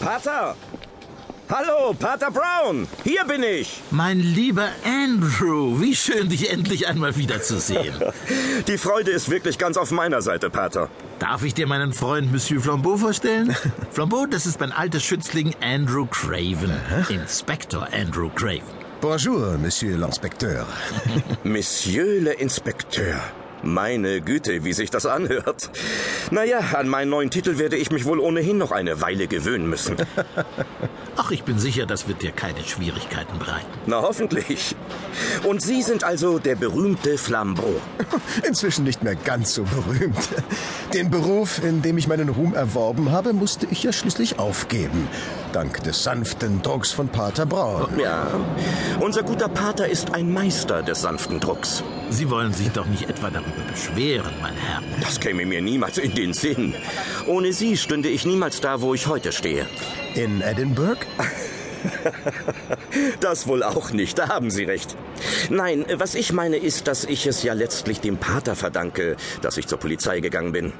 Pater! Hallo, Pater Brown! Hier bin ich! Mein lieber Andrew, wie schön, dich endlich einmal wiederzusehen. Die Freude ist wirklich ganz auf meiner Seite, Pater. Darf ich dir meinen Freund Monsieur Flambeau vorstellen? Flambeau, das ist mein alter Schützling Andrew Craven. Inspektor Andrew Craven. Bonjour, Monsieur l'Inspecteur. Monsieur le Inspekteur. Meine Güte, wie sich das anhört. Naja, an meinen neuen Titel werde ich mich wohl ohnehin noch eine Weile gewöhnen müssen. Ach, ich bin sicher, das wird dir keine Schwierigkeiten bereiten. Na hoffentlich. Und Sie sind also der berühmte Flambeau. Inzwischen nicht mehr ganz so berühmt. Den Beruf, in dem ich meinen Ruhm erworben habe, musste ich ja schließlich aufgeben. Dank des sanften Drucks von Pater Braun. Ja, unser guter Pater ist ein Meister des sanften Drucks. Sie wollen sich doch nicht etwa darüber beschweren, mein Herr. Das käme mir niemals in den Sinn. Ohne Sie stünde ich niemals da, wo ich heute stehe. In Edinburgh? Das wohl auch nicht, da haben Sie recht. Nein, was ich meine ist, dass ich es ja letztlich dem Pater verdanke, dass ich zur Polizei gegangen bin.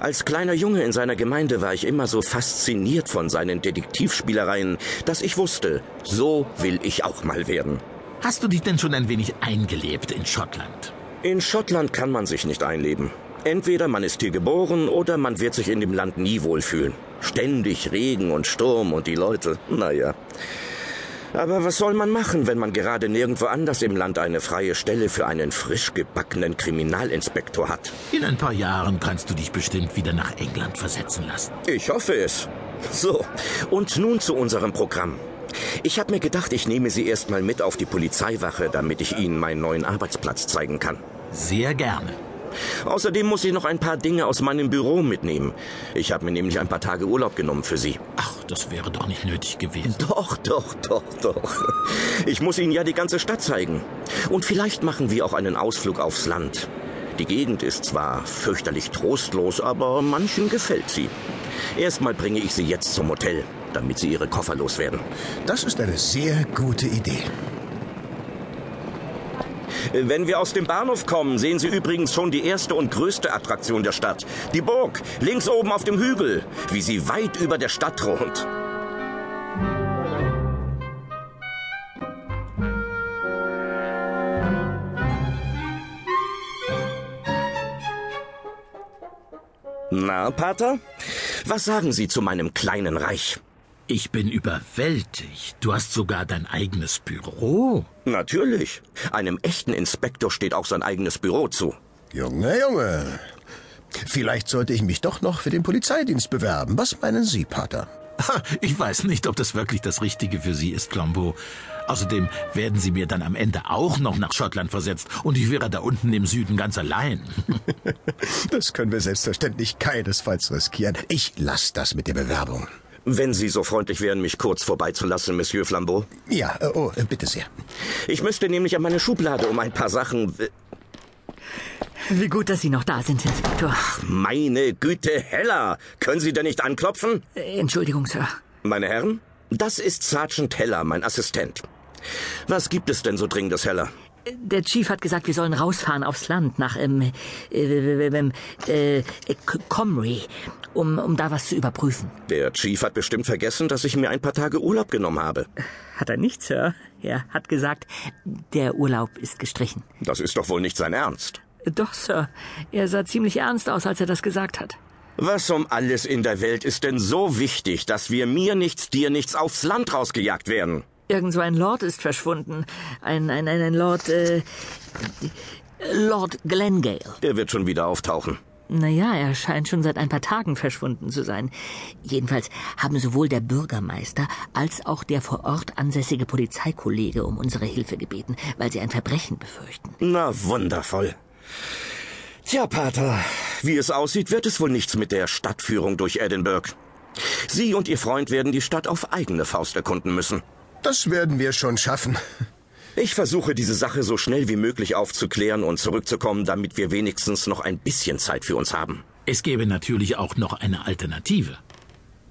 Als kleiner Junge in seiner Gemeinde war ich immer so fasziniert von seinen Detektivspielereien, dass ich wusste, so will ich auch mal werden. Hast du dich denn schon ein wenig eingelebt in Schottland? In Schottland kann man sich nicht einleben. Entweder man ist hier geboren oder man wird sich in dem Land nie wohlfühlen. Ständig Regen und Sturm und die Leute, naja. Aber was soll man machen, wenn man gerade nirgendwo anders im Land eine freie Stelle für einen frisch gebackenen Kriminalinspektor hat? In ein paar Jahren kannst du dich bestimmt wieder nach England versetzen lassen. Ich hoffe es. So, und nun zu unserem Programm. Ich habe mir gedacht, ich nehme Sie erstmal mit auf die Polizeiwache, damit ich Ihnen meinen neuen Arbeitsplatz zeigen kann. Sehr gerne. Außerdem muss ich noch ein paar Dinge aus meinem Büro mitnehmen. Ich habe mir nämlich ein paar Tage Urlaub genommen für Sie. Ach, das wäre doch nicht nötig gewesen. Doch, doch, doch, doch. Ich muss Ihnen ja die ganze Stadt zeigen. Und vielleicht machen wir auch einen Ausflug aufs Land. Die Gegend ist zwar fürchterlich trostlos, aber manchen gefällt sie. Erstmal bringe ich Sie jetzt zum Hotel, damit Sie Ihre Koffer loswerden. Das ist eine sehr gute Idee. Wenn wir aus dem Bahnhof kommen, sehen Sie übrigens schon die erste und größte Attraktion der Stadt. Die Burg, links oben auf dem Hügel, wie sie weit über der Stadt thront. Na, Pater? Was sagen Sie zu meinem kleinen Reich? Ich bin überwältigt. Du hast sogar dein eigenes Büro. Natürlich. Einem echten Inspektor steht auch sein eigenes Büro zu. Junge, Junge. Vielleicht sollte ich mich doch noch für den Polizeidienst bewerben. Was meinen Sie, Pater? Ich weiß nicht, ob das wirklich das Richtige für sie ist, Flambeau. Außerdem werden sie mir dann am Ende auch noch nach Schottland versetzt und ich wäre da unten im Süden ganz allein. Das können wir selbstverständlich keinesfalls riskieren. Ich lasse das mit der Bewerbung. Wenn Sie so freundlich wären, mich kurz vorbeizulassen, Monsieur Flambeau. Ja, äh, oh, äh, bitte sehr. Ich müsste nämlich an meine Schublade um ein paar Sachen. Wie gut, dass Sie noch da sind, Inspektor. Meine Güte, Heller! Können Sie denn nicht anklopfen? Äh, Entschuldigung, Sir. Meine Herren, das ist Sergeant Heller, mein Assistent. Was gibt es denn so dringendes, Heller? Der Chief hat gesagt, wir sollen rausfahren aufs Land nach ähm, äh, äh, äh, äh, K- Comrie, um, um da was zu überprüfen. Der Chief hat bestimmt vergessen, dass ich mir ein paar Tage Urlaub genommen habe. Hat er nicht, Sir? Er hat gesagt, der Urlaub ist gestrichen. Das ist doch wohl nicht sein Ernst. Doch, Sir. Er sah ziemlich ernst aus, als er das gesagt hat. Was um alles in der Welt ist denn so wichtig, dass wir mir nichts, dir nichts aufs Land rausgejagt werden? Irgend so ein Lord ist verschwunden. Ein, ein, ein, ein Lord, äh, Lord Glengale. Der wird schon wieder auftauchen. Naja, er scheint schon seit ein paar Tagen verschwunden zu sein. Jedenfalls haben sowohl der Bürgermeister als auch der vor Ort ansässige Polizeikollege um unsere Hilfe gebeten, weil sie ein Verbrechen befürchten. Na, wundervoll. Tja, Pater, wie es aussieht, wird es wohl nichts mit der Stadtführung durch Edinburgh. Sie und Ihr Freund werden die Stadt auf eigene Faust erkunden müssen. Das werden wir schon schaffen. Ich versuche, diese Sache so schnell wie möglich aufzuklären und zurückzukommen, damit wir wenigstens noch ein bisschen Zeit für uns haben. Es gäbe natürlich auch noch eine Alternative.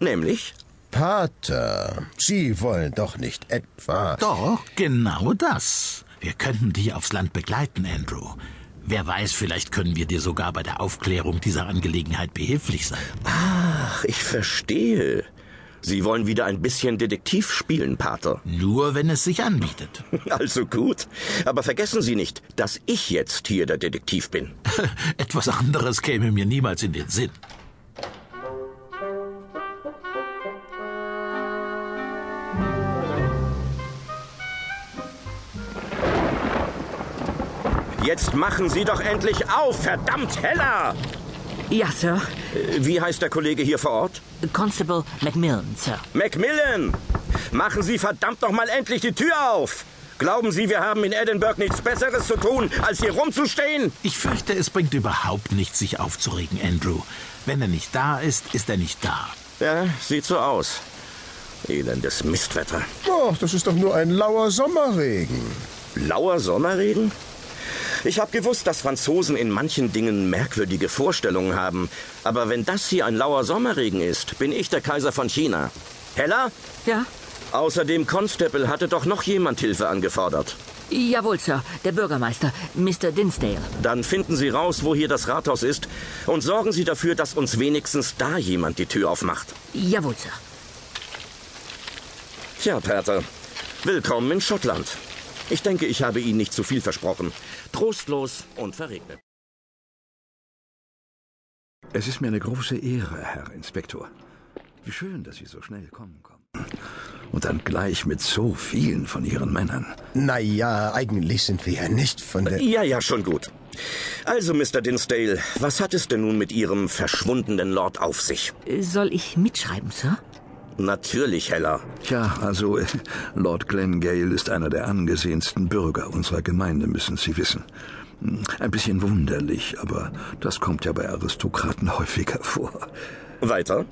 Nämlich? Pater, Sie wollen doch nicht etwa. Doch, genau das. Wir könnten dich aufs Land begleiten, Andrew. Wer weiß, vielleicht können wir dir sogar bei der Aufklärung dieser Angelegenheit behilflich sein. Ach, ich verstehe. Sie wollen wieder ein bisschen Detektiv spielen, Pater. Nur wenn es sich anbietet. Also gut. Aber vergessen Sie nicht, dass ich jetzt hier der Detektiv bin. Etwas anderes käme mir niemals in den Sinn. Jetzt machen Sie doch endlich auf, verdammt heller! Ja, Sir. Äh, Wie heißt der Kollege hier vor Ort? Constable Macmillan, Sir. Macmillan! Machen Sie verdammt noch mal endlich die Tür auf! Glauben Sie, wir haben in Edinburgh nichts Besseres zu tun, als hier rumzustehen? Ich fürchte, es bringt überhaupt nichts, sich aufzuregen, Andrew. Wenn er nicht da ist, ist er nicht da. Ja, sieht so aus. Elendes Mistwetter. Oh, das ist doch nur ein lauer Sommerregen. Lauer Sommerregen? Ich habe gewusst, dass Franzosen in manchen Dingen merkwürdige Vorstellungen haben. Aber wenn das hier ein lauer Sommerregen ist, bin ich der Kaiser von China. Heller? Ja? Außerdem Constable hatte doch noch jemand Hilfe angefordert. Jawohl, Sir. Der Bürgermeister, Mr. Dinsdale. Dann finden Sie raus, wo hier das Rathaus ist und sorgen Sie dafür, dass uns wenigstens da jemand die Tür aufmacht. Jawohl, Sir. Tja, Pater, willkommen in Schottland. Ich denke, ich habe Ihnen nicht zu viel versprochen. Trostlos und verregnet. Es ist mir eine große Ehre, Herr Inspektor. Wie schön, dass Sie so schnell kommen konnten. Und dann gleich mit so vielen von Ihren Männern. Naja, eigentlich sind wir ja nicht von der... Ja, ja, schon gut. Also, Mr. Dinsdale, was hat es denn nun mit Ihrem verschwundenen Lord auf sich? Soll ich mitschreiben, Sir? Natürlich, Heller. Tja, also äh, Lord Glengale ist einer der angesehensten Bürger unserer Gemeinde, müssen Sie wissen. Hm, Ein bisschen wunderlich, aber das kommt ja bei Aristokraten häufiger vor. Weiter?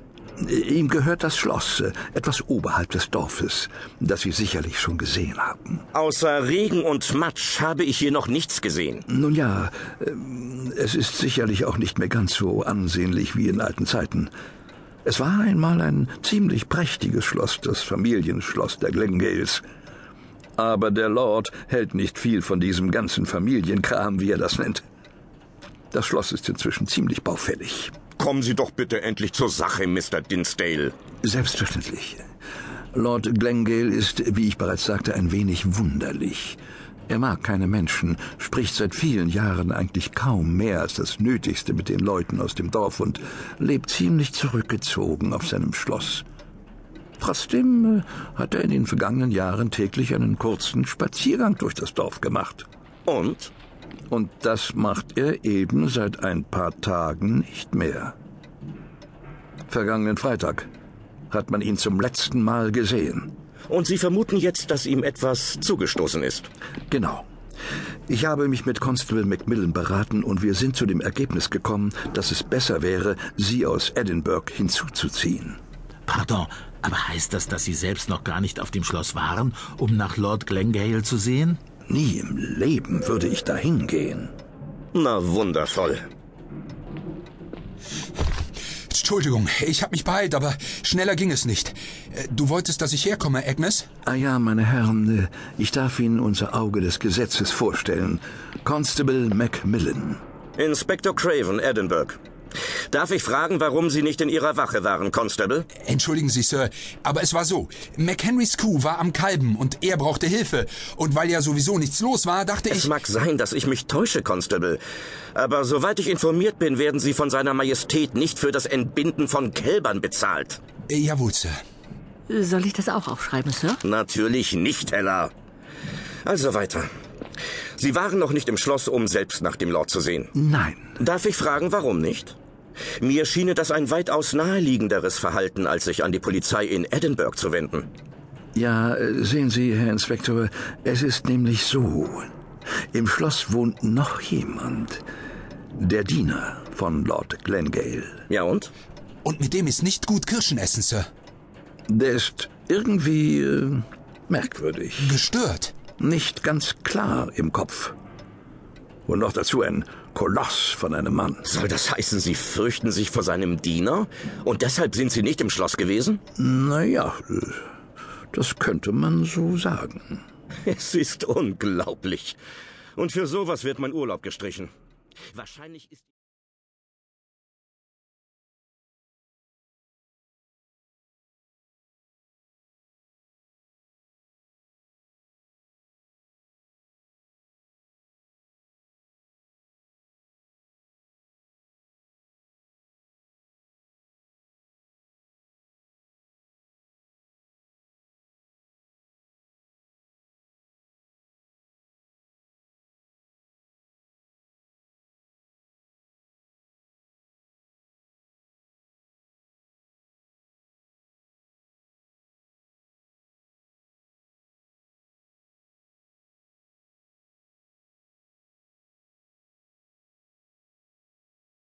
Äh, Ihm gehört das Schloss, äh, etwas oberhalb des Dorfes, das Sie sicherlich schon gesehen haben. Außer Regen und Matsch habe ich hier noch nichts gesehen. Nun ja, ähm, es ist sicherlich auch nicht mehr ganz so ansehnlich wie in alten Zeiten. Es war einmal ein ziemlich prächtiges Schloss, das Familienschloss der Glengales. Aber der Lord hält nicht viel von diesem ganzen Familienkram, wie er das nennt. Das Schloss ist inzwischen ziemlich baufällig. Kommen Sie doch bitte endlich zur Sache, Mr. Dinsdale. Selbstverständlich. Lord Glengale ist, wie ich bereits sagte, ein wenig wunderlich. Er mag keine Menschen, spricht seit vielen Jahren eigentlich kaum mehr als das Nötigste mit den Leuten aus dem Dorf und lebt ziemlich zurückgezogen auf seinem Schloss. Trotzdem äh, hat er in den vergangenen Jahren täglich einen kurzen Spaziergang durch das Dorf gemacht. Und? Und das macht er eben seit ein paar Tagen nicht mehr. Vergangenen Freitag hat man ihn zum letzten Mal gesehen. Und Sie vermuten jetzt, dass ihm etwas zugestoßen ist. Genau. Ich habe mich mit Constable Macmillan beraten und wir sind zu dem Ergebnis gekommen, dass es besser wäre, sie aus Edinburgh hinzuzuziehen. Pardon, aber heißt das, dass Sie selbst noch gar nicht auf dem Schloss waren, um nach Lord Glengale zu sehen? Nie im Leben würde ich dahin gehen. Na, wundervoll. Entschuldigung, ich habe mich beeilt, aber schneller ging es nicht. Äh, Du wolltest, dass ich herkomme, Agnes? Ah ja, meine Herren, äh, ich darf Ihnen unser Auge des Gesetzes vorstellen. Constable Macmillan. Inspektor Craven, Edinburgh. Darf ich fragen, warum Sie nicht in Ihrer Wache waren, Constable? Entschuldigen Sie, Sir, aber es war so. McHenrys Kuh war am Kalben und er brauchte Hilfe. Und weil ja sowieso nichts los war, dachte Es ich... mag sein, dass ich mich täusche, Constable. Aber soweit ich informiert bin, werden Sie von seiner Majestät nicht für das Entbinden von Kälbern bezahlt. Äh, Jawohl, Sir. Soll ich das auch aufschreiben, Sir? Natürlich nicht, Heller. Also weiter. Sie waren noch nicht im Schloss, um selbst nach dem Lord zu sehen. Nein, Darf ich fragen, warum nicht? Mir schiene das ein weitaus naheliegenderes Verhalten, als sich an die Polizei in Edinburgh zu wenden. Ja, äh, sehen Sie, Herr Inspektor, es ist nämlich so. Im Schloss wohnt noch jemand. Der Diener von Lord Glengale. Ja und? Und mit dem ist nicht gut Kirschen essen, Sir. Der ist irgendwie äh, merkwürdig. Gestört. Nicht ganz klar im Kopf. Und noch dazu ein Koloss von einem Mann. Soll das heißen, Sie fürchten sich vor seinem Diener und deshalb sind Sie nicht im Schloss gewesen? Naja, äh, das könnte man so sagen. Es ist unglaublich. Und für sowas wird mein Urlaub gestrichen. Wahrscheinlich ist